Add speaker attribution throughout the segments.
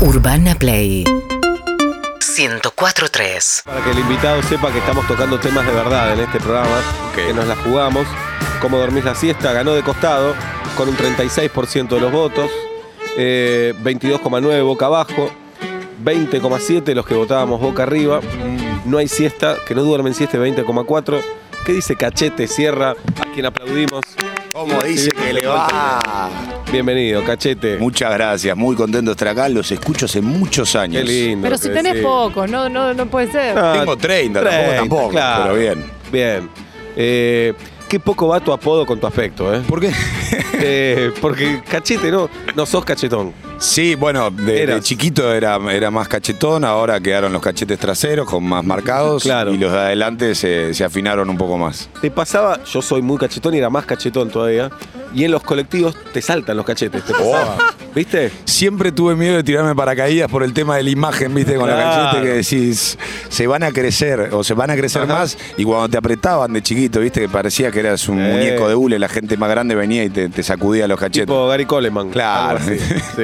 Speaker 1: Urbana Play 104.3
Speaker 2: Para que el invitado sepa que estamos tocando temas de verdad en este programa, que nos la jugamos. Cómo dormís la siesta, ganó de costado con un 36% de los votos, eh, 22,9 boca abajo, 20,7 los que votábamos boca arriba. No hay siesta, que no duermen siesta, 20,4. ¿Qué dice Cachete Sierra, a quien aplaudimos?
Speaker 3: ¿Cómo dice que le va?
Speaker 2: Bienvenido, Cachete.
Speaker 3: Muchas gracias, muy contento de estar acá, los escucho hace muchos
Speaker 2: Qué
Speaker 3: años.
Speaker 2: lindo.
Speaker 4: Pero
Speaker 2: lo
Speaker 4: si
Speaker 2: que
Speaker 4: tenés
Speaker 2: decís.
Speaker 4: pocos, no, no, no puede ser.
Speaker 2: Ah,
Speaker 3: Tengo 30, tampoco,
Speaker 2: 30,
Speaker 3: tampoco,
Speaker 2: claro.
Speaker 3: pero bien.
Speaker 2: Bien. Eh, qué poco va tu apodo con tu aspecto, ¿eh?
Speaker 3: ¿Por qué?
Speaker 2: Eh, porque cachete, no, no sos cachetón.
Speaker 3: Sí, bueno, de, de
Speaker 2: Eras.
Speaker 3: chiquito era, era más cachetón, ahora quedaron los cachetes traseros con más marcados
Speaker 2: Claro.
Speaker 3: y los de adelante se, se afinaron un poco más.
Speaker 2: Te pasaba, yo soy muy cachetón y era más cachetón todavía. Y en los colectivos te saltan los cachetes.
Speaker 3: Oh.
Speaker 2: te
Speaker 3: Ah.
Speaker 2: pasaba. ¿Viste?
Speaker 3: Siempre tuve miedo de tirarme paracaídas por el tema de la imagen, viste, con
Speaker 2: Claro.
Speaker 3: la cachete que decís, se van a crecer o se van a crecer
Speaker 2: Ajá.
Speaker 3: más. Y cuando te apretaban de chiquito, viste, que parecía que eras un
Speaker 2: Eh.
Speaker 3: muñeco de hule, la gente más grande venía y te, te sacudía los cachetes.
Speaker 2: Tipo Gary Coleman.
Speaker 3: Claro.
Speaker 2: algo así, sí.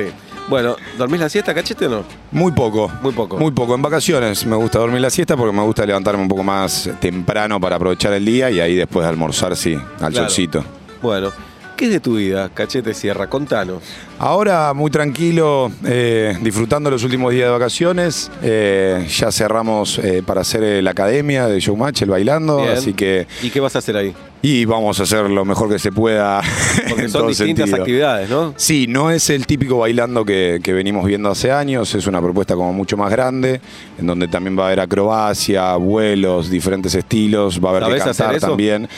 Speaker 2: Bueno, ¿dormís la siesta, cachete o no?
Speaker 3: Muy poco.
Speaker 2: Muy poco.
Speaker 3: Muy poco. En vacaciones me gusta dormir la siesta porque me gusta levantarme un poco más temprano para aprovechar el día y ahí después de almorzar, sí, al
Speaker 2: Claro.
Speaker 3: solcito.
Speaker 2: Bueno, ¿qué es de tu vida, cachete Sierra? Contanos.
Speaker 3: Ahora muy tranquilo, eh, disfrutando los últimos días de vacaciones. Eh, ya cerramos eh, para hacer eh, la academia de Showmatch, el bailando,
Speaker 2: Bien.
Speaker 3: Oh, así que.
Speaker 2: ¿Y qué vas a hacer ahí?
Speaker 3: Y vamos a hacer lo mejor que se pueda.
Speaker 2: Porque
Speaker 3: en
Speaker 2: son
Speaker 3: todo
Speaker 2: distintas
Speaker 3: sentido.
Speaker 2: actividades, ¿no?
Speaker 3: Sí, no es el típico bailando que, que venimos viendo hace años, es una propuesta como mucho más grande, en donde también va a haber acrobacia, vuelos, diferentes estilos, va a haber que
Speaker 2: ¿Sabés hacer
Speaker 3: cantar
Speaker 2: eso?
Speaker 3: también.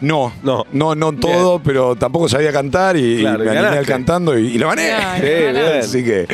Speaker 3: No,
Speaker 2: No.
Speaker 3: no, no, todo, pero tampoco sabía cantar y, y
Speaker 2: Claro, y
Speaker 3: me animé al
Speaker 2: ganaste.
Speaker 3: cantando y, y lo gané.
Speaker 4: Claro,
Speaker 2: Sí, bien.
Speaker 3: Así que,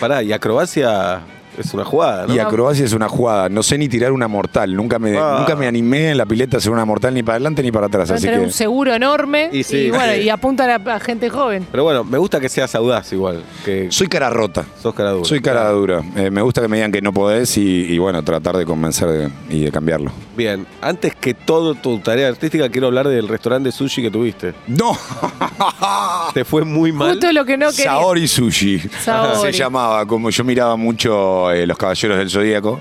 Speaker 2: Pará, y acrobacia es una jugada, ¿no?
Speaker 3: y acrobacia es una jugada, no sé ni tirar una mortal, nunca me,
Speaker 2: Ah.
Speaker 3: nunca me animé en la pileta a hacer una mortal ni para adelante ni para atrás,
Speaker 4: Van a
Speaker 3: así
Speaker 4: tener
Speaker 3: que
Speaker 4: un seguro enorme
Speaker 2: Y
Speaker 4: y,
Speaker 2: sí,
Speaker 4: bueno,
Speaker 2: sí.
Speaker 4: y apuntan a, a gente joven.
Speaker 2: Pero bueno, me gusta que seas audaz igual, que
Speaker 3: soy cara rota.
Speaker 2: sos cara dura.
Speaker 3: Soy cara dura. Eh, me gusta que me digan que no podés y, y, bueno, tratar de convencer de- y de cambiarlo.
Speaker 2: Bien, antes que todo tu tarea artística, quiero hablar del restaurante sushi que tuviste.
Speaker 3: ¡No!
Speaker 2: Te fue muy mal.
Speaker 4: Justo lo que no quería.
Speaker 3: Saori Sushi.
Speaker 4: Saori.
Speaker 3: Se llamaba, como yo miraba mucho eh, Los Caballeros del Zodíaco.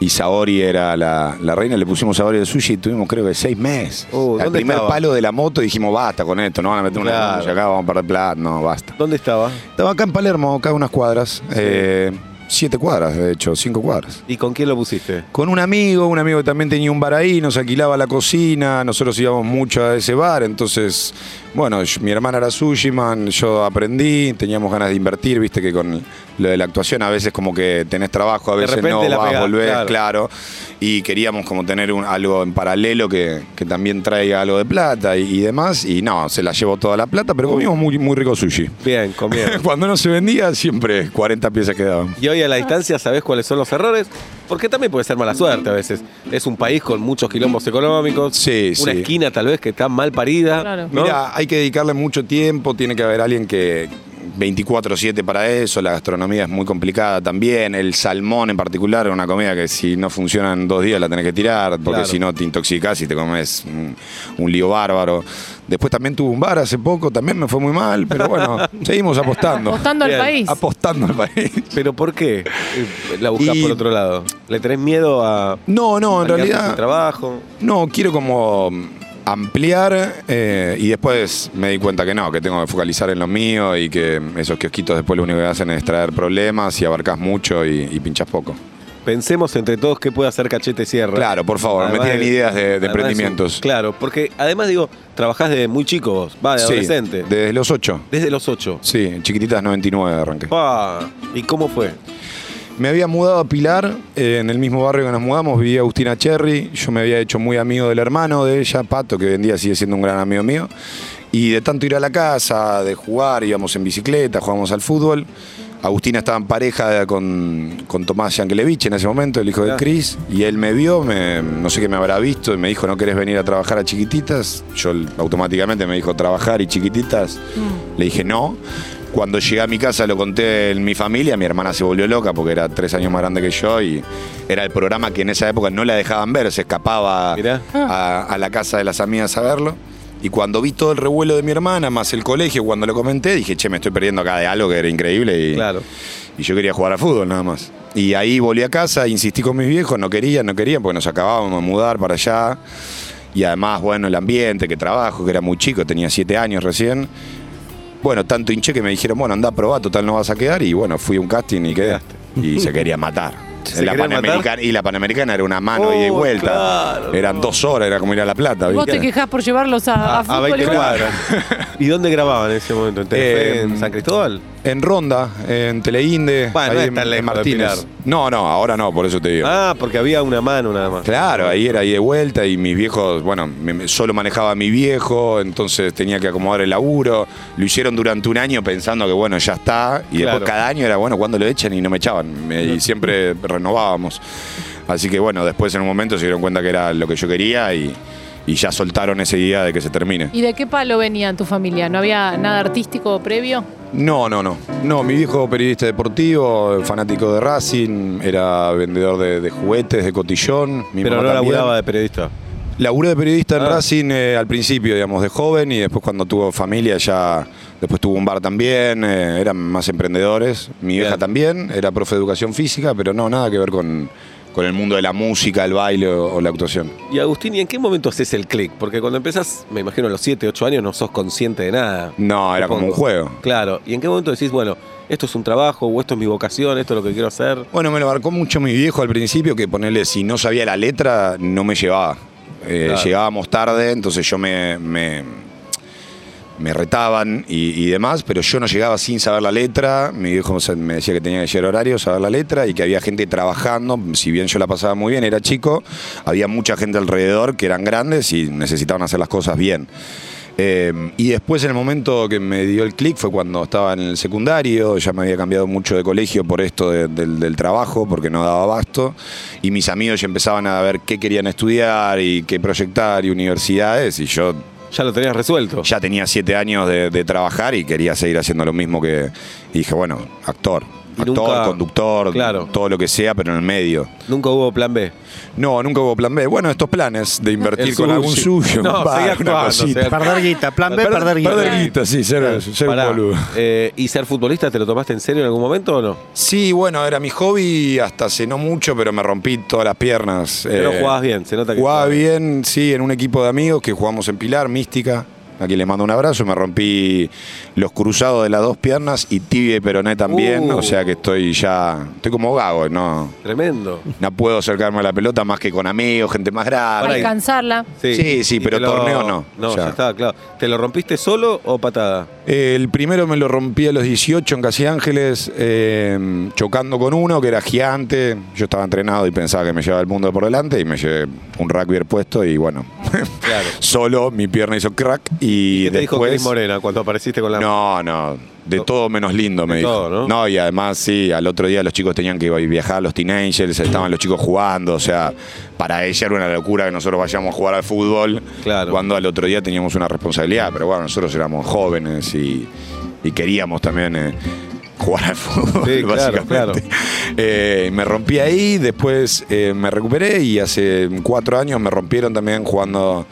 Speaker 3: Y Saori era la, la reina, le pusimos Saori de sushi y tuvimos creo que seis meses.
Speaker 2: Uh,
Speaker 3: Al
Speaker 2: ¿dónde
Speaker 3: primer
Speaker 2: estaba?
Speaker 3: palo de la moto dijimos, basta con esto, no van a meter una
Speaker 2: Claro.
Speaker 3: olla acá, vamos a perder plata, no, basta.
Speaker 2: ¿Dónde estaba?
Speaker 3: Estaba acá en Palermo, acá unas cuadras, eh, siete cuadras, de hecho, cinco cuadras.
Speaker 2: ¿Y con quién lo pusiste?
Speaker 3: con un amigo, un amigo que también tenía un bar ahí, nos alquilaba la cocina, nosotros íbamos mucho a ese bar, entonces, bueno, yo- mi hermana era sushi man, yo aprendí, teníamos ganas de invertir, viste que con lo de la actuación a veces como que tenés trabajo, a
Speaker 2: De
Speaker 3: veces no,
Speaker 2: repente la
Speaker 3: vas,
Speaker 2: pegás,
Speaker 3: volvés,
Speaker 2: claro.
Speaker 3: claro. y queríamos como tener un- algo en paralelo que, que también traiga algo de plata y, y demás, y no, se la llevó toda la plata, pero comimos muy, muy rico sushi.
Speaker 2: Bien, comieron.
Speaker 3: Cuando no se vendía, siempre 40 piezas quedaban.
Speaker 2: Y hoy a la distancia sabés cuáles son los errores, porque también puede ser mala suerte a veces. Es un país con muchos quilombos económicos,
Speaker 3: Sí,
Speaker 2: una
Speaker 3: sí.
Speaker 2: esquina tal vez que está mal parida.
Speaker 4: Claro.
Speaker 2: ¿no?
Speaker 3: Mira, hay que dedicarle mucho tiempo, tiene que haber alguien que 24/7 para eso, la gastronomía es muy complicada también, el salmón en particular es una comida que si no funciona en dos días la tenés que tirar, porque
Speaker 2: Claro.
Speaker 3: si no te intoxicás y te comes un, un lío bárbaro. Después también tuve un bar hace poco, también me fue muy mal, pero bueno, seguimos apostando.
Speaker 4: Apostando
Speaker 2: Bien.
Speaker 4: al país.
Speaker 3: Apostando al país.
Speaker 2: Pero ¿por qué eh, la buscás
Speaker 3: Y-
Speaker 2: por otro lado? ¿Le tenés miedo a
Speaker 3: No, no,
Speaker 2: a
Speaker 3: en
Speaker 2: quedarte sin
Speaker 3: realidad...
Speaker 2: trabajo?
Speaker 3: No, quiero como ampliar eh, y después me di cuenta que no, que tengo que focalizar en lo mío y que esos kiosquitos después lo único que hacen es traer problemas y abarcás mucho y, y pinchás poco.
Speaker 2: Pensemos entre todos qué puede hacer Cachete Sierra.
Speaker 3: Claro, por favor,
Speaker 2: Además
Speaker 3: me tienen ideas de- de,
Speaker 2: además
Speaker 3: emprendimientos.
Speaker 2: es un- claro, porque además digo, trabajás desde muy chico vos, va, de
Speaker 3: Sí,
Speaker 2: adolescente.
Speaker 3: desde los 8.
Speaker 2: Desde los 8.
Speaker 3: Sí, chiquititas 99 arranqué.
Speaker 2: Pa, ¿Y cómo fue?
Speaker 3: Me había mudado a Pilar, eh, en el mismo barrio que nos mudamos, vivía Agustina Cherry, yo me había hecho muy amigo del hermano de ella, Pato, que hoy en día sigue siendo un gran amigo mío, y de tanto ir a la casa, de jugar, íbamos en bicicleta, jugábamos al fútbol. Agustina estaba en pareja con, con Tomás Yankelevich en ese momento, el hijo de
Speaker 2: Claro.
Speaker 3: Cris, y él me vio, me- no sé qué me habrá visto, y me dijo, ¿no querés venir a trabajar a chiquititas? Yo automáticamente me dijo, trabajar y chiquititas. Le dije, no. Cuando llegué a mi casa lo conté en mi familia, mi hermana se volvió loca porque era tres años más grande que yo y era el programa que en esa época no la dejaban ver, se escapaba
Speaker 2: Mirá.
Speaker 3: a, a la casa de las amigas a verlo. Y cuando vi todo el revuelo de mi hermana, más el colegio, cuando lo comenté, dije, che, me estoy perdiendo acá de algo que era increíble. Y,
Speaker 2: Claro.
Speaker 3: y yo quería jugar a fútbol nada más. Y ahí volví a casa, insistí con mis viejos, no querían, no querían, porque nos acabábamos de mudar para allá. Y además, bueno, el ambiente, que trabajo, que era muy chico, tenía siete años recién. Bueno, tanto hinché que me dijeron, bueno, anda a probar, total no vas a quedar. Y bueno, fui a un casting y quedé. Y se quería matar.
Speaker 2: ¿Se
Speaker 3: la
Speaker 2: quería matar?
Speaker 3: Panamericana- y la Panamericana era una mano
Speaker 2: Oh,
Speaker 3: ida y vuelta.
Speaker 2: claro,
Speaker 3: Eran dos horas, era como ir a La Plata.
Speaker 4: Vos
Speaker 3: ¿viste?
Speaker 4: te quejás por llevarlos a, a,
Speaker 2: Ah, A, a
Speaker 4: fútbol
Speaker 2: 20
Speaker 4: y vos-
Speaker 2: cuadras. ¿Y dónde grababan en ese momento? ¿En, Telefe,
Speaker 3: Eh,
Speaker 2: en San Cristóbal?
Speaker 3: En Ronda, en Teleinde,
Speaker 2: Bueno, no
Speaker 3: ahí
Speaker 2: es
Speaker 3: en,
Speaker 2: tan
Speaker 3: en
Speaker 2: lejos de
Speaker 3: Martínez.
Speaker 2: Pilar.
Speaker 3: No, no, ahora no, por eso te digo.
Speaker 2: Ah, porque había una mano nada más.
Speaker 3: Claro, ahí era ahí de vuelta y mis viejos, bueno, me- me- solo manejaba a mi viejo, entonces tenía que acomodar el laburo. Lo hicieron durante un año pensando que bueno, ya está. Y
Speaker 2: Claro.
Speaker 3: después cada año era bueno, cuando lo echan y no me echaban. Me- y siempre renovábamos. Así que bueno, después en un momento se dieron cuenta que era lo que yo quería y, y ya soltaron ese día de que se termine.
Speaker 4: ¿Y de qué palo venían tu familia? ¿No había nada artístico previo?
Speaker 3: No, no, no. No, mi viejo periodista deportivo, fanático de Racing, era vendedor de, de juguetes, de cotillón. Mi
Speaker 2: Pero no
Speaker 3: mamá también.
Speaker 2: laburaba de periodista.
Speaker 3: Laburé de periodista en
Speaker 2: Ah.
Speaker 3: Racing eh, al principio, digamos, de joven y después cuando tuvo familia ya, después tuvo un bar también, eh, eran más emprendedores. Mi
Speaker 2: Bien.
Speaker 3: vieja también, era profe de educación física, pero no, nada que ver con, con el mundo de la música, el baile o, o la actuación.
Speaker 2: Y Agustín, ¿y en qué momento haces el clic? Porque cuando empezás, me imagino a los 7, 8 años no sos consciente de nada.
Speaker 3: No, Ah, era como un
Speaker 2: Supongo.
Speaker 3: juego.
Speaker 2: Claro. ¿Y en qué momento decís, bueno, esto es un trabajo, o esto es mi vocación, esto es lo que quiero hacer?
Speaker 3: Bueno, me lo marcó mucho mi viejo al principio, que ponerle, si no sabía la letra, no me llevaba. Eh,
Speaker 2: Claro.
Speaker 3: Llegábamos tarde, entonces yo me, me, me retaban y, y demás, pero yo no llegaba sin saber la letra. Mi viejo o sea, me decía que tenía que llegar a horario, saber la letra y que había gente trabajando. Si bien yo la pasaba muy bien, era chico, había mucha gente alrededor que eran grandes y necesitaban hacer las cosas bien. Eh, y después en el momento que me dio el clic fue cuando estaba en el secundario, ya me había cambiado mucho de colegio por esto de- del, del trabajo, porque no daba abasto, y mis amigos ya empezaban a ver qué querían estudiar y qué proyectar y universidades, y yo
Speaker 2: Ya lo tenías resuelto.
Speaker 3: ya tenía siete años de, de trabajar y quería seguir haciendo lo mismo que y dije, bueno, actor,
Speaker 2: Y
Speaker 3: actor,
Speaker 2: nunca-
Speaker 3: conductor,
Speaker 2: claro.
Speaker 3: todo lo que sea, pero en el medio.
Speaker 2: Nunca hubo plan B.
Speaker 3: No, nunca hubo plan B. Bueno, estos planes de invertir
Speaker 2: El
Speaker 3: con algún
Speaker 2: sushi.
Speaker 3: suyo,
Speaker 2: No,
Speaker 3: va,
Speaker 2: seguí
Speaker 3: alguna
Speaker 2: actuando,
Speaker 3: cosita.
Speaker 2: seguí
Speaker 1: Perder guita, plan B,
Speaker 2: Perder-
Speaker 1: perder guita.
Speaker 3: Perder guita, sí, ser, ser un
Speaker 2: Pará,
Speaker 3: boludo.
Speaker 2: eh, ¿Y ser futbolista te lo tomaste en serio en algún momento o no?
Speaker 3: Sí, bueno, era mi hobby hasta hace no mucho, pero me rompí todas las piernas.
Speaker 2: Pero
Speaker 3: Eh,
Speaker 2: jugabas bien, se nota que.
Speaker 3: Jugaba bien, sí, en un equipo de amigos que jugamos en Pilar, Mística. A quien le mando un abrazo, me rompí los cruzados de las dos piernas y tibia y peroné también,
Speaker 2: Uh.
Speaker 3: o sea que estoy ya, estoy como gago, no,
Speaker 2: Tremendo.
Speaker 3: no puedo acercarme a la pelota más que con amigos, gente más
Speaker 2: Pará,
Speaker 4: Para
Speaker 3: grande.
Speaker 2: y-
Speaker 4: alcanzarla.
Speaker 3: Sí, sí,
Speaker 2: Y
Speaker 3: pero
Speaker 2: te
Speaker 3: torneo no,
Speaker 2: No,
Speaker 3: ya.
Speaker 2: ya estaba claro. ¿Te lo rompiste solo o patada?
Speaker 3: Eh, el primero me lo rompí a los 18 en Casi Ángeles, eh, chocando con uno que era gigante. Yo estaba entrenado y pensaba que me llevaba el mundo por delante y me llevé un rugby puesto y bueno,
Speaker 2: Claro.
Speaker 3: solo mi pierna hizo crack y,
Speaker 2: ¿Qué te dijo
Speaker 3: después...
Speaker 2: Cris Morena cuando apareciste con la
Speaker 3: No, no. De todo menos lindo, me
Speaker 2: De
Speaker 3: dijo.
Speaker 2: todo, ¿no?
Speaker 3: y además, sí, al otro día los chicos tenían que viajar a los Teen Angels, estaban los chicos jugando, o sea, para ella era una locura que nosotros vayamos a jugar al fútbol,
Speaker 2: Claro.
Speaker 3: cuando al otro día teníamos una responsabilidad, pero bueno, nosotros éramos jóvenes y, y queríamos también eh, jugar al fútbol,
Speaker 2: Sí, claro,
Speaker 3: básicamente.
Speaker 2: claro.
Speaker 3: Eh, me rompí ahí, después eh, me recuperé y hace cuatro años me rompieron también jugando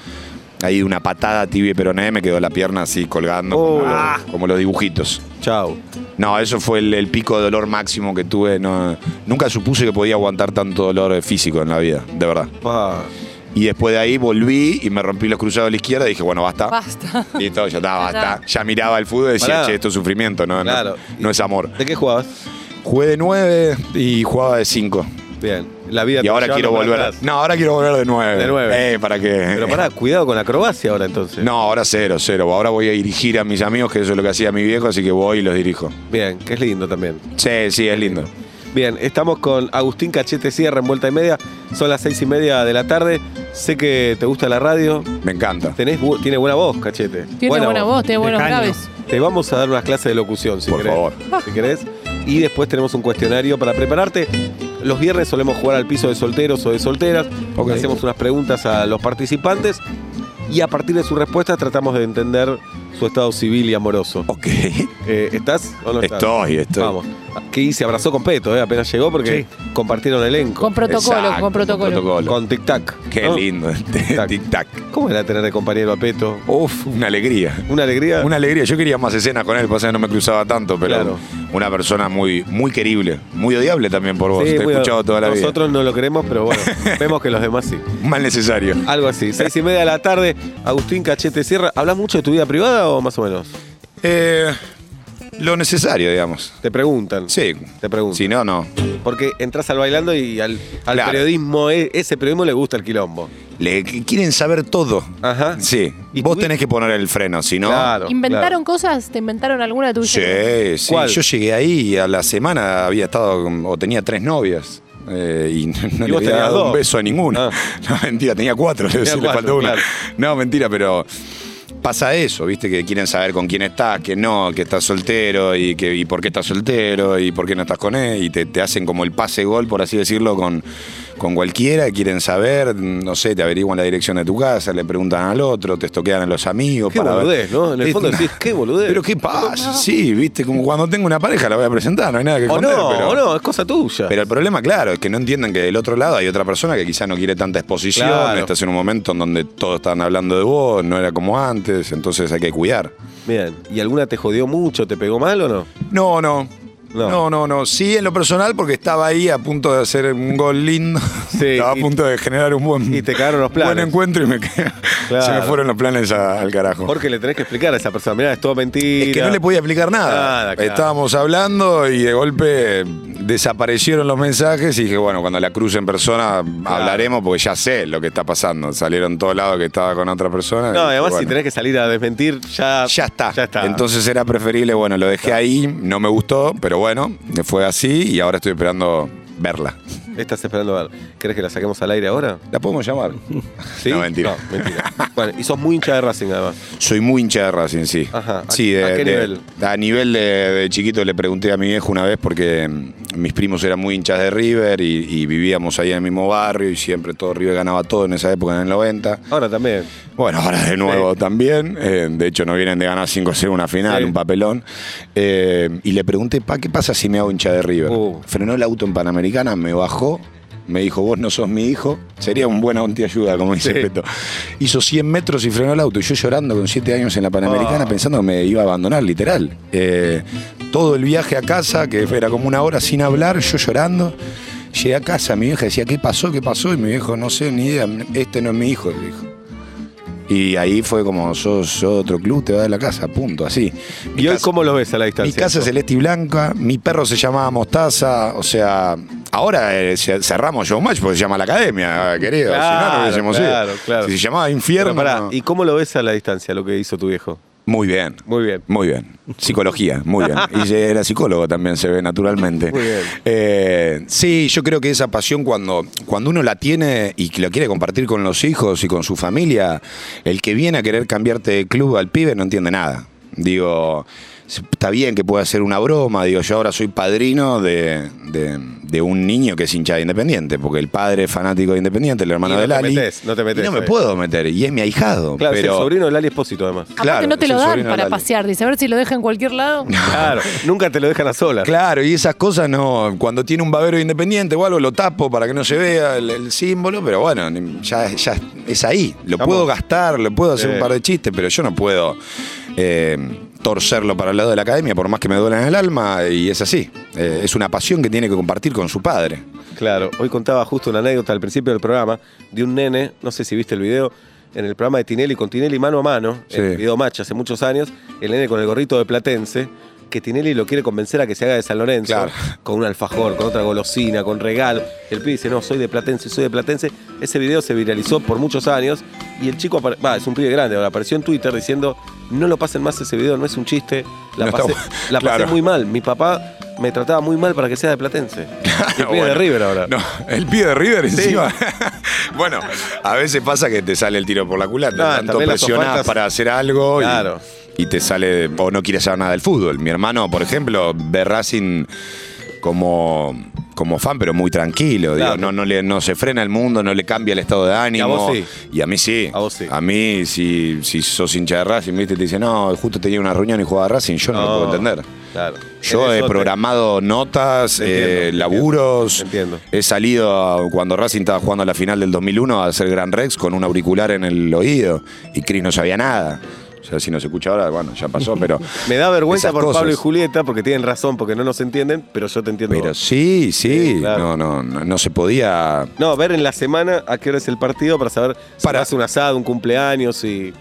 Speaker 3: ahí una patada tibia y peroné, me quedó la pierna así colgando
Speaker 2: Oh.
Speaker 3: como,
Speaker 2: Ah.
Speaker 3: los, como los dibujitos.
Speaker 2: Chau.
Speaker 3: No, eso fue el, el pico de dolor máximo que tuve. no- nunca supuse que podía aguantar tanto dolor eh, físico en la vida, de verdad.
Speaker 2: Pa.
Speaker 3: Y después de ahí volví y me rompí los cruzados de la izquierda y dije, bueno, basta.
Speaker 4: Basta.
Speaker 3: Listo, ya está,
Speaker 4: Ya
Speaker 3: basta.
Speaker 4: está.
Speaker 3: Ya miraba el fútbol y decía,
Speaker 2: Pará.
Speaker 3: che, esto es sufrimiento, no, no-
Speaker 2: Claro.
Speaker 3: no, es amor.
Speaker 2: ¿De qué jugabas?
Speaker 3: Jugué de 9 y jugaba de 5.
Speaker 2: Bien. La vida
Speaker 3: Y
Speaker 2: te
Speaker 3: ahora
Speaker 2: lleva
Speaker 3: quiero
Speaker 2: para
Speaker 3: volver.
Speaker 2: atrás.
Speaker 3: No, ahora quiero volver de 9.
Speaker 2: De nueve.
Speaker 3: Eh, para que.
Speaker 2: Pero pará, cuidado con la acrobacia ahora entonces.
Speaker 3: No, ahora cero, cero. Ahora voy a dirigir a mis amigos, que eso es lo que hacía mi viejo, así que voy y los dirijo.
Speaker 2: Bien, que es lindo también.
Speaker 3: Sí, sí, es lindo.
Speaker 2: Bien, estamos con Agustín Cachete Sierra en vuelta y media. Son las seis y media de la tarde. Sé que te gusta la radio.
Speaker 3: Me encanta.
Speaker 2: Tenés, bu- tiene buena voz, Cachete.
Speaker 4: Tiene buena, voz, tiene
Speaker 1: de
Speaker 4: buenos
Speaker 1: caño.
Speaker 4: graves.
Speaker 2: Te vamos a dar una clase de locución, si
Speaker 3: Por
Speaker 2: querés.
Speaker 3: favor.
Speaker 2: Si querés. Y después tenemos un cuestionario para prepararte. Los viernes solemos jugar al piso de solteros o de solteras.
Speaker 3: Ok.
Speaker 2: Hacemos unas preguntas a los participantes y a partir de sus respuestas tratamos de entender su estado civil y amoroso.
Speaker 3: Ok.
Speaker 2: Eh, ¿Estás o no estás?
Speaker 3: Estoy, estoy.
Speaker 2: Vamos. Que se abrazó con Peto, eh, apenas llegó porque compartieron elenco.
Speaker 4: Con protocolo,
Speaker 3: Exacto,
Speaker 4: con protocolo.
Speaker 2: Con Tic Tac.
Speaker 3: Qué
Speaker 2: ¿no?
Speaker 3: lindo este
Speaker 2: Oh. Tic-tac.
Speaker 3: tic-tac.
Speaker 2: ¿Cómo era tener de compañero a Peto?
Speaker 3: Uf, una alegría.
Speaker 2: ¿Una alegría?
Speaker 3: Una alegría. Yo quería más escenas con él, pasa que no me cruzaba tanto, pero
Speaker 2: Claro.
Speaker 3: una persona muy, muy querible, muy odiable también por vos.
Speaker 2: Sí,
Speaker 3: Te he
Speaker 2: muy-
Speaker 3: escuchado toda la vida.
Speaker 2: Nosotros no lo queremos, pero bueno, vemos que los demás sí.
Speaker 3: Mal necesario.
Speaker 2: Algo así. Seis y media de la tarde, Agustín Cachete Sierra. ¿Hablas mucho de tu vida privada o más o menos?
Speaker 3: Eh, lo necesario, digamos.
Speaker 2: Te preguntan.
Speaker 3: Sí.
Speaker 2: Te preguntan.
Speaker 3: Si no, no.
Speaker 2: Porque entras al bailando y al, al
Speaker 3: Claro.
Speaker 2: periodismo, e- ese periodismo le gusta el quilombo.
Speaker 3: Le qu- quieren saber todo.
Speaker 2: Ajá.
Speaker 3: Sí.
Speaker 2: ¿Y
Speaker 3: Vos
Speaker 2: tuvi-
Speaker 3: tenés que poner el freno, si no.
Speaker 2: Claro,
Speaker 4: ¿Inventaron cosas? ¿Te inventaron alguna tuya?
Speaker 3: Sí, sí.
Speaker 2: ¿Cuál?
Speaker 3: Yo llegué ahí y a la semana había estado con- o tenía tres novias. eh, y no,
Speaker 2: Y
Speaker 3: no le
Speaker 2: vos
Speaker 3: había
Speaker 2: tenías
Speaker 3: dado
Speaker 2: dos.
Speaker 3: un beso a ninguna.
Speaker 2: Ah.
Speaker 3: No, mentira, tenía cuatro, le-
Speaker 2: Tenía
Speaker 3: se le
Speaker 2: cuatro,
Speaker 3: faltó una.
Speaker 2: claro.
Speaker 3: No, mentira, pero pasa eso, viste, que quieren saber con quién estás, que no, que estás soltero y que y por qué estás soltero y por qué no estás con él. Y te, te hacen como el pase gol, por así decirlo, con, con cualquiera, quieren saber, no sé, te averiguan la dirección de tu casa, le preguntan al otro, te estoquean a los amigos.
Speaker 2: Qué
Speaker 3: para ver-
Speaker 2: boludez, ¿no? En el
Speaker 3: Es
Speaker 2: fondo
Speaker 3: una-
Speaker 2: decís, qué boludez.
Speaker 3: Pero qué pasa, sí, viste, como cuando tengo una pareja la voy a presentar, no hay nada que
Speaker 2: O
Speaker 3: contar.
Speaker 2: no,
Speaker 3: pero,
Speaker 2: o no, es cosa tuya.
Speaker 3: pero el problema, claro, es que no entienden que del otro lado hay otra persona que quizás no quiere tanta exposición,
Speaker 2: Claro.
Speaker 3: estás en un momento en donde todos estaban hablando de vos, no era como antes, entonces hay que cuidar.
Speaker 2: Bien, ¿y alguna te jodió mucho? ¿Te pegó mal o no?
Speaker 3: No, no.
Speaker 2: No.
Speaker 3: No. no, no, Sí, en lo personal, porque estaba ahí a punto de hacer un gol lindo.
Speaker 2: Sí,
Speaker 3: estaba a
Speaker 2: y-
Speaker 3: punto de generar un buen,
Speaker 2: y te cagaron los planes.
Speaker 3: buen encuentro y me, quedé- se
Speaker 2: Claro.
Speaker 3: me fueron los planes a- al carajo.
Speaker 2: Porque le tenés que explicar a esa persona, mirá, es todo mentira.
Speaker 3: Es que no le podía explicar nada.
Speaker 2: Nada, claro.
Speaker 3: Estábamos hablando y de golpe desaparecieron los mensajes y dije, bueno, cuando la cruce en persona hablaremos porque ya sé lo que está pasando. Salieron todos lados que estaba con otra persona.
Speaker 2: No,
Speaker 3: y
Speaker 2: además
Speaker 3: bueno,
Speaker 2: si tenés que salir a desmentir, ya,
Speaker 3: Ya está.
Speaker 2: Ya está.
Speaker 3: Entonces era preferible, bueno, lo dejé ahí, no me gustó, pero bueno, fue así y ahora estoy esperando verla.
Speaker 2: Estás esperando a ver. ¿Querés que la saquemos al aire ahora?
Speaker 3: ¿La podemos llamar?
Speaker 2: ¿Sí?
Speaker 3: No, mentira.
Speaker 2: No, mentira. bueno, y sos muy hincha de Racing además.
Speaker 3: Soy muy hincha de Racing, sí.
Speaker 2: Ajá. ¿A-
Speaker 3: Sí,
Speaker 2: a qué nivel?
Speaker 3: A nivel de, de chiquito le pregunté a mi viejo una vez porque mm, mis primos eran muy hinchas de River y, y vivíamos ahí en el mismo barrio y siempre todo River ganaba todo en esa época, en el 90.
Speaker 2: Ahora también.
Speaker 3: Bueno, ahora de nuevo también. eh, de hecho, no vienen de ganar 5-0 una final,
Speaker 2: Sí.
Speaker 3: un papelón. Eh, y le pregunté, pa, ¿qué pasa si me hago hincha de River?
Speaker 2: Uh.
Speaker 3: Frenó el auto en Panamericana, me bajó. Me dijo, vos no sos mi hijo. Sería un buen antiayuda, como dice
Speaker 2: Sí.
Speaker 3: Peto. Hizo 100 metros y frenó el auto. Y yo llorando con 7 años en la Panamericana,
Speaker 2: Ah.
Speaker 3: pensando que me iba a abandonar, literal. Eh, todo el viaje a casa, que era como una hora sin hablar, yo llorando. Llegué a casa, mi vieja decía, ¿qué pasó? ¿Qué pasó? Y mi viejo, no sé, ni idea. Este no es mi hijo, le dijo. Y ahí fue como, sos otro club, te va de la casa, punto, así. Mi
Speaker 2: ¿Y hoy
Speaker 3: casa-
Speaker 2: cómo lo ves a la
Speaker 3: mi
Speaker 2: distancia?
Speaker 3: casa es celeste y blanca, mi perro se llamaba Mostaza, o sea, ahora eh, ce- cerramos Showmatch porque se llama la academia, eh, querido, si no,
Speaker 2: Claro,
Speaker 3: no hubiésemos ido.
Speaker 2: claro, claro.
Speaker 3: Si se llamaba Infierno.
Speaker 2: Pero pará,
Speaker 3: no.
Speaker 2: ¿y cómo lo ves a la distancia lo que hizo tu viejo?
Speaker 3: Muy bien.
Speaker 2: Muy bien.
Speaker 3: Muy bien. Psicología, muy bien. Y se- era psicólogo también, se ve naturalmente.
Speaker 2: Muy bien.
Speaker 3: Eh, sí, yo creo que esa pasión cuando, cuando uno la tiene y que la quiere compartir con los hijos y con su familia, el que viene a querer cambiarte de club al pibe no entiende nada. Digo, está bien que pueda ser una broma, digo, yo ahora soy padrino de, de- de un niño que es hincha de Independiente, porque el padre es fanático de Independiente, el
Speaker 2: Y
Speaker 3: hermano
Speaker 2: no te
Speaker 3: de Lali.
Speaker 2: metés, no te
Speaker 3: Y
Speaker 2: metés
Speaker 3: no me
Speaker 2: ahí.
Speaker 3: puedo meter, y es mi ahijado.
Speaker 2: Claro, es
Speaker 3: pero,
Speaker 2: el sobrino de Lali Espósito además.
Speaker 4: Aparte
Speaker 3: Claro,
Speaker 4: no te
Speaker 3: es
Speaker 4: lo
Speaker 3: el
Speaker 4: dan
Speaker 3: sobrino de
Speaker 4: para
Speaker 3: Lali.
Speaker 4: pasear, dice, a ver si lo deja en cualquier lado.
Speaker 2: Claro, nunca te lo dejan a solas.
Speaker 3: Claro, y esas cosas no. Cuando tiene un babero independiente o algo, lo tapo para que no se vea el, el símbolo, pero bueno, ni- ya, ya es ahí. Lo
Speaker 2: Estamos-
Speaker 3: puedo gastar, lo puedo hacer
Speaker 2: Sí.
Speaker 3: un par de chistes, pero yo no puedo eh, torcerlo para el lado de la academia, por más que me duela en el alma, y es así. Eh, es una pasión que tiene que compartir con su padre.
Speaker 2: Claro, hoy contaba justo una anécdota al principio del programa de un nene, no sé si viste el video, en el programa de Tinelli con Tinelli mano a mano,
Speaker 3: Sí.
Speaker 2: el video match hace muchos años, el nene con el gorrito de Platense, que Tinelli lo quiere convencer a que se haga de San Lorenzo,
Speaker 3: Claro.
Speaker 2: con un alfajor, con otra golosina, con regalo. El pibe dice, no, soy de Platense, soy de Platense. Ese video se viralizó por muchos años y el chico, apare- va, es un pibe grande, ahora apareció en Twitter diciendo, no lo pasen más ese video, no es un chiste, la
Speaker 3: No está
Speaker 2: pasé,
Speaker 3: bu-
Speaker 2: la pasé
Speaker 3: claro.
Speaker 2: muy mal, mi papá... Me trataba muy mal para que sea de Platense. Y el pibe de
Speaker 3: Bueno,
Speaker 2: River ahora.
Speaker 3: No, el pie de River encima. bueno, a veces pasa que te sale el tiro por la culata.
Speaker 2: Ah,
Speaker 3: tanto
Speaker 2: también las
Speaker 3: presionás
Speaker 2: ofertas-
Speaker 3: para hacer algo y-
Speaker 2: Claro.
Speaker 3: y, te sale, o no quieres saber nada del fútbol. Mi hermano, por ejemplo, ve Racing como, como fan, pero muy tranquilo. digo,
Speaker 2: Claro.
Speaker 3: no, no, le, no se frena el mundo, no le cambia el estado de ánimo.
Speaker 2: vos sí.
Speaker 3: Y a mí sí.
Speaker 2: A vos sí.
Speaker 3: A mí, si, si sos hincha de Racing, viste, te dice, no, justo tenía una reunión y jugaba a Racing, yo no, lo puedo entender.
Speaker 2: Claro. En
Speaker 3: Yo he
Speaker 2: eso te-
Speaker 3: programado notas,
Speaker 2: Entiendo,
Speaker 3: eh,
Speaker 2: entiendo,
Speaker 3: laburos.
Speaker 2: entiendo.
Speaker 3: He salido a- cuando Racing estaba jugando a la final del 2001 a hacer Gran Rex con un auricular en el oído y Cris no sabía nada. O sea, si no se escucha ahora, bueno, ya pasó, pero.
Speaker 2: Me da vergüenza
Speaker 3: esas
Speaker 2: por
Speaker 3: cosas.
Speaker 2: Pablo y Julieta porque tienen razón, porque no nos entienden, pero yo te entiendo.
Speaker 3: Pero sí, sí,
Speaker 2: Sí, claro.
Speaker 3: no, no, no, no se podía.
Speaker 2: No, ver en la semana a qué hora es el partido para saber si
Speaker 3: Para-
Speaker 2: vas a un asado, un cumpleaños y.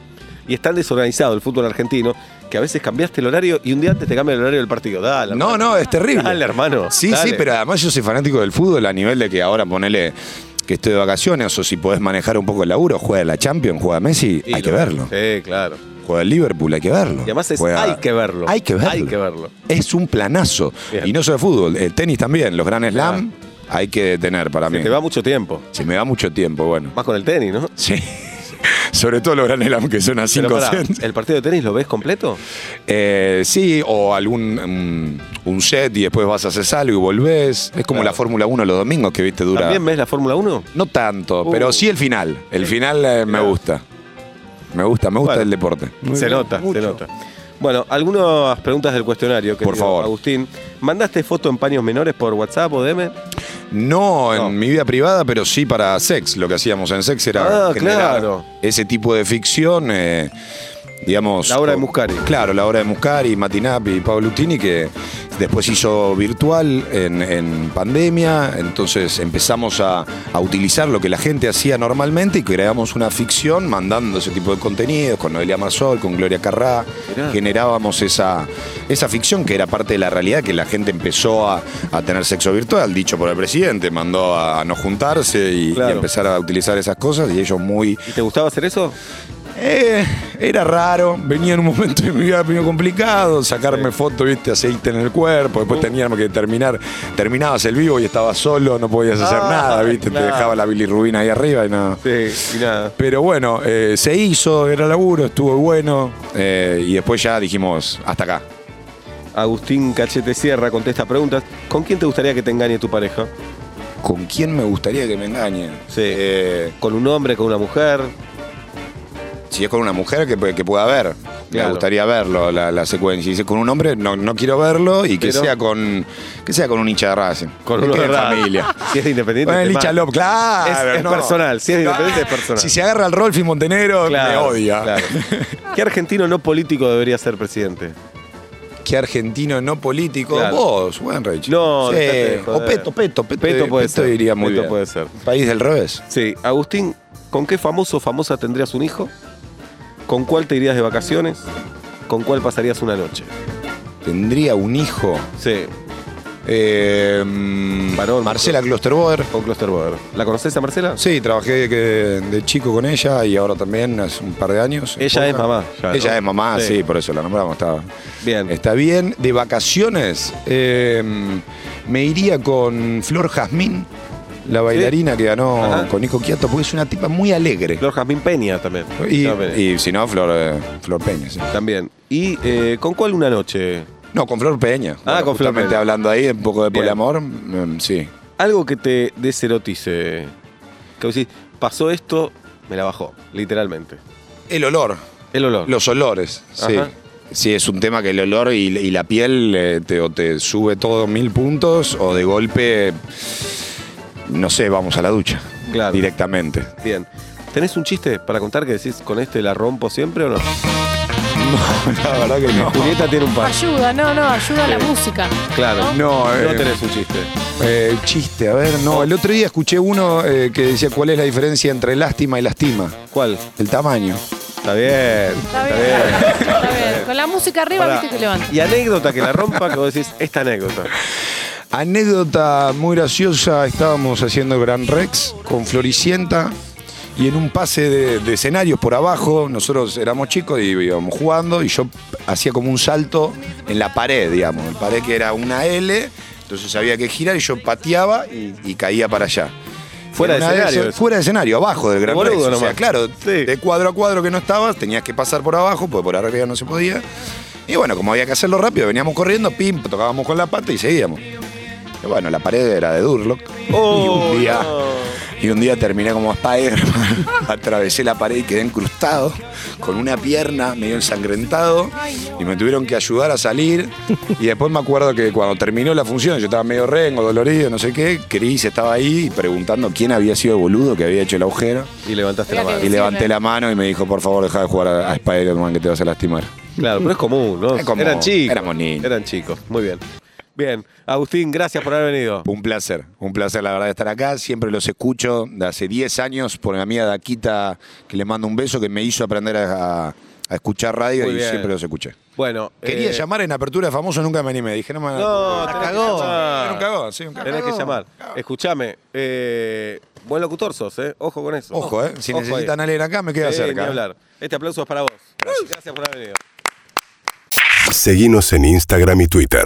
Speaker 2: Y es tan desorganizado el fútbol argentino que a veces cambiaste el horario y un día antes te cambia el horario del partido. Dale.
Speaker 3: No,
Speaker 2: hermano.
Speaker 3: no, es terrible.
Speaker 2: Dale, hermano.
Speaker 3: Sí,
Speaker 2: dale.
Speaker 3: sí, pero además yo soy fanático del fútbol a nivel de que ahora ponele que estoy de vacaciones o si podés manejar un poco el laburo, juega la Champions, juega Messi,
Speaker 2: Y
Speaker 3: hay que
Speaker 2: lo-
Speaker 3: verlo.
Speaker 2: Sí, claro.
Speaker 3: Juega el Liverpool, hay que verlo.
Speaker 2: Y además es,
Speaker 3: Juega-
Speaker 2: hay que verlo.
Speaker 3: Hay que verlo.
Speaker 2: Hay que verlo.
Speaker 3: Es un planazo.
Speaker 2: Bien. Ah.
Speaker 3: Y no solo el fútbol, el tenis también, los Grand Slam hay que tener para
Speaker 2: Se
Speaker 3: mí.
Speaker 2: te va mucho tiempo.
Speaker 3: Se me va mucho tiempo, bueno.
Speaker 2: Más con el tenis, ¿no?
Speaker 3: Sí. Sobre todo los Grand Slam que son a
Speaker 2: Pero
Speaker 3: 5
Speaker 2: pará,
Speaker 3: cents.
Speaker 2: ¿el partido de tenis lo ves completo?
Speaker 3: Eh, sí, o algún mm, un set y después vas a hacer algo y volvés. Es como
Speaker 2: Claro.
Speaker 3: la Fórmula 1 los domingos que viste dura.
Speaker 2: ¿También ves la Fórmula 1?
Speaker 3: No tanto,
Speaker 2: Uh.
Speaker 3: pero sí el final. El final eh,
Speaker 2: Mirá.
Speaker 3: me gusta. Me gusta, me gusta
Speaker 2: Bueno.
Speaker 3: el deporte.
Speaker 2: Se nota,
Speaker 3: Mucho.
Speaker 2: se nota. Bueno, algunas preguntas del cuestionario, que
Speaker 3: Por favor.
Speaker 2: Agustín. ¿Mandaste foto en paños menores por WhatsApp o DM?
Speaker 3: No en
Speaker 2: No.
Speaker 3: mi vida privada, pero sí para Sex. Lo que hacíamos en Sex era
Speaker 2: Ah,
Speaker 3: generar
Speaker 2: claro.
Speaker 3: ese tipo de ficción, eh, digamos...
Speaker 2: La obra de
Speaker 3: o-
Speaker 2: Muscari.
Speaker 3: Claro, la obra de Muscari, Matinapi y Pablo Utini, que después hizo virtual en, en pandemia. Entonces empezamos a, a utilizar lo que la gente hacía normalmente y creamos una ficción mandando ese tipo de contenidos con Noelia Marsol, con Gloria Carrá.
Speaker 2: Mirá.
Speaker 3: Generábamos esa, esa ficción que era parte de la realidad, que la gente empezó a, a tener sexo virtual, dicho por el presidente, mandó a, a no juntarse y, y
Speaker 2: Claro.
Speaker 3: empezar a utilizar esas cosas y ellos muy...
Speaker 2: ¿Y te gustaba hacer eso?
Speaker 3: eh, era raro, venía en un momento de mi vida medio complicado, sacarme fotos, viste, aceite en el cuerpo, después teníamos que terminar, terminabas el vivo y estabas solo, no podías hacer
Speaker 2: Ah,
Speaker 3: nada, viste,
Speaker 2: claro.
Speaker 3: te dejaba la bilirrubina ahí arriba y nada.
Speaker 2: Sí, y nada.
Speaker 3: Pero bueno, eh, se hizo, era laburo, estuvo bueno eh, y después ya dijimos, hasta acá.
Speaker 2: Agustín Cachete Sierra contesta preguntas. ¿Con quién te gustaría que te engañe tu pareja?
Speaker 3: ¿Con quién me gustaría que me engañe?
Speaker 2: Sí.
Speaker 3: Eh,
Speaker 2: ¿Con un hombre, con una mujer?
Speaker 3: si es con una mujer, que, pu- que pueda ver.
Speaker 2: Claro.
Speaker 3: Me gustaría verlo, la, la secuencia. Y si es con un hombre, no, no quiero verlo y que
Speaker 2: Pero-
Speaker 3: sea con que sea con un hincha de Racing.
Speaker 2: uno
Speaker 3: que
Speaker 2: de
Speaker 3: quede en
Speaker 2: verdad.
Speaker 3: familia.
Speaker 2: Si es de independiente.
Speaker 3: Con el
Speaker 2: te
Speaker 3: hincha
Speaker 2: mata.
Speaker 3: Lop, claro.
Speaker 2: Es- es personal, si es independiente, es personal.
Speaker 3: Si se agarra al Rolfi Montenegro,
Speaker 2: Claro,
Speaker 3: me odia.
Speaker 2: claro. ¿Qué argentino no político debería ser presidente?
Speaker 3: Qué argentino no político.
Speaker 2: Claro.
Speaker 3: Vos, Wenrich.
Speaker 2: No,
Speaker 3: Sí.
Speaker 2: dejate de joder.
Speaker 3: O Peto, Peto, Peto.
Speaker 2: Eh, Peto puede ser.
Speaker 3: diría muy
Speaker 2: Peto
Speaker 3: bien.
Speaker 2: puede ser.
Speaker 3: País del revés.
Speaker 2: Sí, Agustín, ¿con qué famoso o famosa tendrías un hijo? ¿Con cuál te irías de vacaciones? ¿Con cuál pasarías una noche?
Speaker 3: Tendría un hijo.
Speaker 2: Sí,
Speaker 3: Eh,
Speaker 2: Varón.
Speaker 3: Marcela Klosterboer.
Speaker 2: con Clusterboer. ¿La conoces a Marcela?
Speaker 3: Sí, trabajé que- de chico con ella y ahora también hace un par de años.
Speaker 2: Ella es mamá, ya, ¿no?
Speaker 3: ella es mamá,
Speaker 2: Sí.
Speaker 3: sí. Este. por eso la nombramos. Está,
Speaker 2: Bien.
Speaker 3: está bien. De vacaciones, eh, me iría con Flor Jazmín, la bailarina que ganó
Speaker 2: Ajá.
Speaker 3: con Nico Quiato, porque es una tipa muy alegre.
Speaker 2: Flor Jazmín Peña también.
Speaker 3: Y,
Speaker 2: Flor Peña.
Speaker 3: y si no, Flor, eh, Flor Peña. sí.
Speaker 2: También. ¿Y eh, con cuál una noche?
Speaker 3: No, con Flor Peña.
Speaker 2: Ah, con Flor
Speaker 3: justamente
Speaker 2: Peña.
Speaker 3: hablando ahí un poco de
Speaker 2: Bien.
Speaker 3: poliamor, mm, sí.
Speaker 2: Algo que te deserotice. Que vos decís, pasó esto, me la bajó, literalmente.
Speaker 3: El olor.
Speaker 2: El olor.
Speaker 3: Los olores, sí.
Speaker 2: Ajá.
Speaker 3: Sí, es un tema que el olor y, y la piel eh, te, o te sube todo mil puntos o de golpe, no sé, vamos a la ducha
Speaker 2: Claro.
Speaker 3: directamente.
Speaker 2: Bien. ¿Tenés un chiste para contar que decís con este la rompo siempre o no?
Speaker 3: No, la verdad que no.
Speaker 2: Julieta tiene un par.
Speaker 4: Ayuda, no, no, ayuda a la música.
Speaker 2: Claro.
Speaker 3: No, eh,
Speaker 2: No tenés un chiste.
Speaker 3: eh, chiste, a ver, no. El otro día escuché uno eh, que decía cuál es la diferencia entre lástima y lastima.
Speaker 2: ¿Cuál?
Speaker 3: El tamaño.
Speaker 2: Está bien.
Speaker 4: Está bien, está bien. Con la música arriba,
Speaker 2: Pará.
Speaker 4: viste que levanta.
Speaker 2: Y anécdota que la rompa, que vos decís, esta anécdota.
Speaker 3: Anécdota muy graciosa, estábamos haciendo Gran Rex con Floricienta y en un pase de, de escenarios por abajo, nosotros éramos chicos y íbamos jugando y yo hacía como un salto en la pared, digamos, el pared que era una L, entonces había que girar y yo pateaba y, y caía para allá.
Speaker 2: Fuera de
Speaker 3: Una
Speaker 2: escenario.
Speaker 3: esas-
Speaker 2: eso.
Speaker 3: fuera de escenario, abajo del Gran
Speaker 2: Boludo
Speaker 3: Rex. O sea,
Speaker 2: nomás.
Speaker 3: claro,
Speaker 2: Sí.
Speaker 3: de cuadro a cuadro que no estabas, tenías que pasar por abajo, porque por arriba no se podía. Y bueno, como había que hacerlo rápido, veníamos corriendo, pim, tocábamos con la pata y seguíamos. Que bueno, la pared era de Durlock.
Speaker 2: Oh,
Speaker 3: y un día.
Speaker 2: no.
Speaker 3: Y un día terminé como Spider-Man, atravesé la pared y quedé encrustado, con una pierna medio ensangrentado, y me tuvieron que ayudar a salir. Y después me acuerdo que cuando terminó la función, yo estaba medio rengo, dolorido, no sé qué, Cris estaba ahí preguntando quién había sido el boludo que había hecho el agujero.
Speaker 2: Y levantaste la
Speaker 4: Mira que-
Speaker 2: mano.
Speaker 3: Y
Speaker 4: Sí,
Speaker 3: levanté
Speaker 4: claro.
Speaker 3: la mano y me dijo, por favor, deja de jugar a a Spider-Man que te vas a lastimar.
Speaker 2: Claro, pero es común, ¿no?
Speaker 3: Es común.
Speaker 2: Eran chicos.
Speaker 3: Éramos niños.
Speaker 2: Eran chicos. Muy bien. Bien. Agustín, gracias por haber venido.
Speaker 3: Un placer, un placer la verdad estar acá. Siempre los escucho de hace 10 años por mi amiga Daquita, que le mando un beso, que me hizo aprender a, a escuchar radio
Speaker 2: Muy
Speaker 3: y
Speaker 2: bien.
Speaker 3: siempre los escuché.
Speaker 2: Bueno.
Speaker 3: Quería
Speaker 2: eh,
Speaker 3: llamar en Apertura de Famoso, nunca me animé. Dije, no me
Speaker 2: No, tenés
Speaker 1: cagó.
Speaker 2: que llamar.
Speaker 3: Era un cagón, sí, un cagón.
Speaker 2: Tenés que llamar. Escuchame, eh, buen locutor sos, ¿eh? Ojo con eso.
Speaker 3: Ojo, ¿eh? Si
Speaker 2: Ojo
Speaker 3: necesitan a
Speaker 2: ahí.
Speaker 3: alguien acá, me queda
Speaker 2: Sí, ni
Speaker 3: cerca.
Speaker 2: hablar. Este aplauso es para vos. Gracias por haber venido.
Speaker 5: Seguinos en Instagram y Twitter.